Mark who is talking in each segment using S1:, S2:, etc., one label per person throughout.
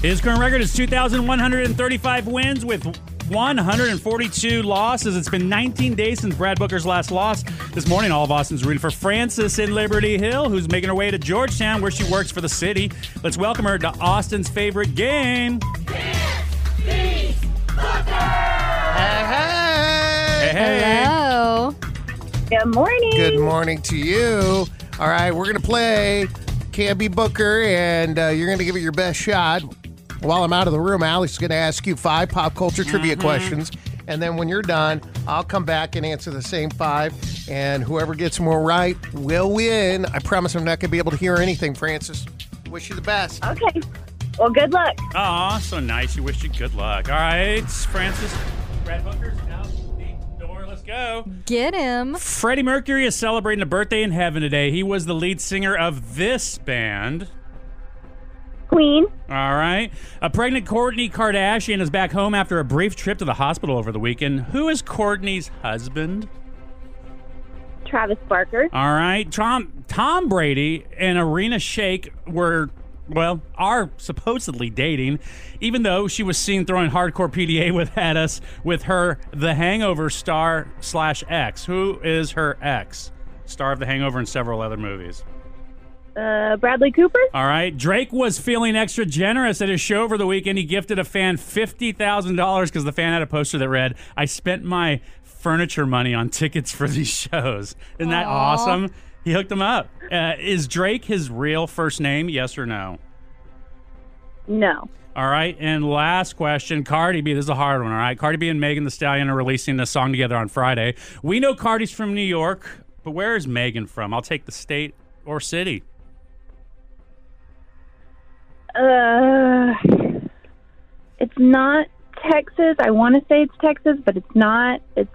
S1: His current record is 2,135 wins with 142 losses. It's been 19 days since Brad Booker's last loss. This morning, all of Austin's rooting for Frances in Liberty Hill, who's making her way to Georgetown, where she works for the city. Let's welcome her to Austin's favorite game. Hey, hey.
S2: Hello.
S3: Good morning.
S4: Good morning to you. All right, we're going to play Can't Be Booker, and uh, you're going to give it your best shot. While I'm out of the room, Alex is going to ask you five pop culture trivia questions. And then when you're done, I'll come back and answer the same five. And whoever gets more right will win. I promise I'm not going to be able to hear anything, Francis. Wish you the best.
S3: Okay. Well, good luck.
S1: Aw, so nice. You wish you good luck. All right, Francis. Brad Booker's out the door. Let's go.
S2: Get him.
S1: Freddie Mercury is celebrating a birthday in heaven today. He was the lead singer of this band.
S3: Queen.
S1: All right. A pregnant Courtney Kardashian is back home after a brief trip to the hospital over the weekend. Who is Courtney's husband?
S3: Travis Barker.
S1: All right. Tom Tom Brady and Arena Shake were well, are supposedly dating, even though she was seen throwing hardcore PDA with at us with her the hangover star slash ex. Who is her ex? Star of the Hangover and several other movies.
S3: Uh, Bradley Cooper.
S1: All right. Drake was feeling extra generous at his show over the weekend. He gifted a fan $50,000 because the fan had a poster that read, I spent my furniture money on tickets for these shows. Isn't that awesome? He hooked him up. Uh, is Drake his real first name? Yes or no?
S3: No.
S1: All right, and last question, Cardi B. This is a hard one. All right, Cardi B and Megan The Stallion are releasing a song together on Friday. We know Cardi's from New York, but where is Megan from? I'll take the state or city.
S3: Uh, it's not Texas. I want to say it's Texas, but it's not. It's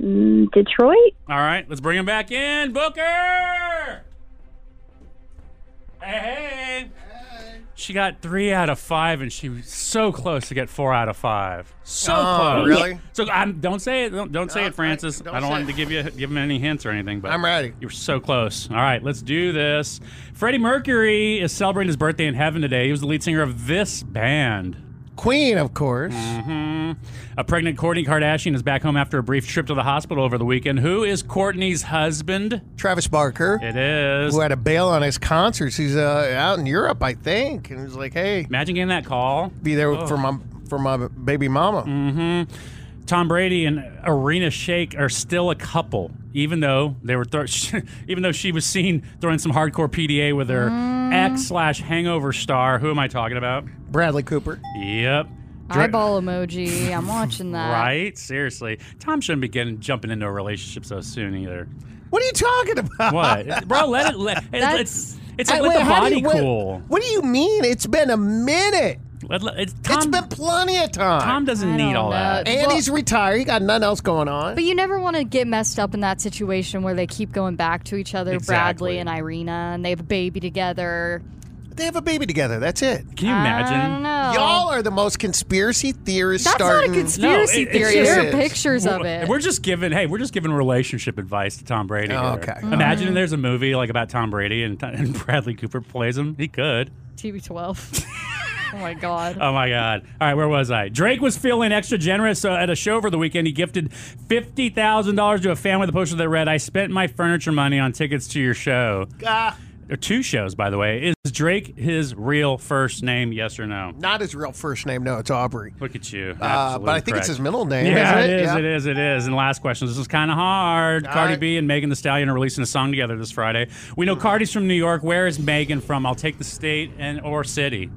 S3: mm, Detroit.
S1: All right, let's bring him back in, Booker. Hey, hey. She got three out of five, and she was so close to get four out of five. So
S4: Oh,
S1: close.
S4: really?
S1: So um, don't say it. Don't, don't say
S4: No,
S1: it, Francis. I
S4: I-
S1: don't,
S4: don't say
S1: want
S4: it.
S1: to give you give him any hints or anything. But
S4: I'm ready.
S1: You were so close. All right, let's do this. Freddie Mercury is celebrating his birthday in heaven today. He was the lead singer of this band.
S4: Queen, of course.
S1: Mm. Mm-hmm. A pregnant Courtney Kardashian is back home after a brief trip to the hospital over the weekend. Who is Courtney's husband?
S4: Travis Barker,
S1: It is.
S4: who had a bail on his concerts. He's uh, out in Europe, I think. And he's like, hey,
S1: Imagine getting that call.
S4: be there for my for my baby mama.
S1: Mm. Tom Brady and Arena Shake are still a couple, even though they were throw even though she was seen throwing some hardcore PDA with her
S4: Mm.
S1: ex slash Hangover star. Who am I talking about?
S4: Bradley Cooper.
S1: Yep. Dra-
S2: Eyeball emoji. I'm watching
S4: Uh,
S2: that.
S1: Right? Seriously. Tom shouldn't be getting jumping into a relationship so soon either.
S4: What are you talking about?
S1: What? Bro, let it let it's
S2: That's-
S1: it's like
S4: Hey,
S1: let
S4: wait,
S1: the
S4: how do
S1: body
S4: you- what-
S1: cool.
S4: What, do you mean? It's been a minute.
S1: Let, let- it's, Tom,
S4: it's been plenty of time.
S1: Tom doesn't
S2: I
S1: need
S2: don't
S1: all
S2: know.
S1: that.
S4: and
S2: Well-
S4: he's retired. He got nothing else going on.
S2: But you never want to get messed up in that situation where they keep going back to each other,
S1: Exactly.
S2: Bradley and Irina, and they have a baby together.
S4: they have a baby together. That's it.
S1: Can you imagine?
S2: I don't know.
S4: Y'all are the most conspiracy theorists.
S2: That's
S4: starting.
S2: not a conspiracy
S1: No, it-
S2: theory.
S4: it's
S2: There are
S4: just-
S2: pictures of
S1: Well,
S2: it.
S1: We're just giving, hey, we're just giving relationship advice to Tom Brady.
S4: Oh,
S1: here.
S4: okay.
S2: Mm.
S1: Imagine there's a movie like about Tom Brady and, and Bradley Cooper plays him. He could.
S2: TB12. oh my God.
S1: Oh my God! All right, where was I? Drake was feeling extra generous uh, at a show over the weekend. He gifted fifty thousand dollars to a fan with a poster that read, "I spent my furniture money on tickets to your show."
S4: Ah,
S1: or two shows, by the way. Is Drake his real first name? Yes or no?
S4: Not his real first name. No, it's Aubrey.
S1: Look at you.
S4: Uh, but I
S1: Absolutely
S4: think it's
S1: correct.
S4: his middle name.
S1: Yeah,
S4: isn't
S1: it
S4: it?
S1: is.
S4: Yeah.
S1: It is. It is. And last question. This is kind of hard. Cardi
S4: right.
S1: B and Megan The Stallion are releasing a song together this Friday. We know Cardi's from New York. Where is Megan from? I'll take the state and or city.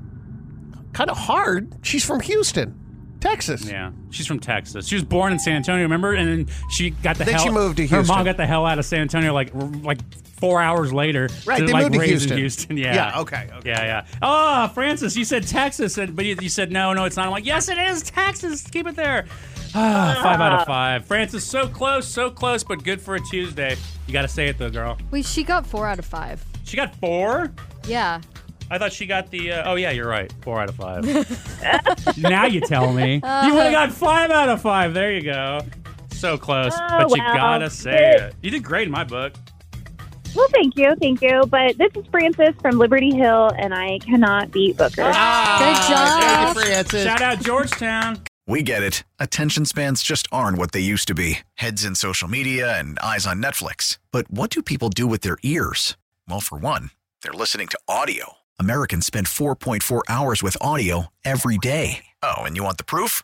S4: Kind of hard. She's from Houston, Texas.
S1: Yeah, she's from Texas. She was born in San Antonio, remember? And then she got the
S4: Then
S1: hell.
S4: she moved to
S1: Her
S4: Houston.
S1: mom got the hell out of San Antonio like r- like four hours later.
S4: Right,
S1: to,
S4: they
S1: like,
S4: moved to
S1: raise
S4: Houston.
S1: In Houston, yeah.
S4: Yeah, okay, okay.
S1: Yeah, yeah. Oh, Francis, you said Texas, and but you, you said no, no, it's not. I'm like, yes, it is Texas. Keep it there. Ah, five out of five. Francis, so close, so close, but good for a Tuesday. You got to say it though, girl.
S2: Wait, she got four out of five.
S1: She got four.
S2: Yeah.
S1: I thought she got the. Uh, oh yeah, you're right. Four out of five. now you tell me. you would have got five out of five. There you go. So close,
S3: Oh,
S1: but you
S3: wow.
S1: gotta say it. You did great in my book.
S3: Well, thank you, thank you. But this is Francis from Liberty Hill, and I cannot beat Booker.
S2: Good job.
S4: Thank Ah, you, Francis.
S1: Shout out Georgetown.
S5: We get it. Attention spans just aren't what they used to be heads in social media and eyes on Netflix. But what do people do with their ears? Well, for one, they're listening to audio. Americans spend 4.4 hours with audio every day. Oh, and you want the proof?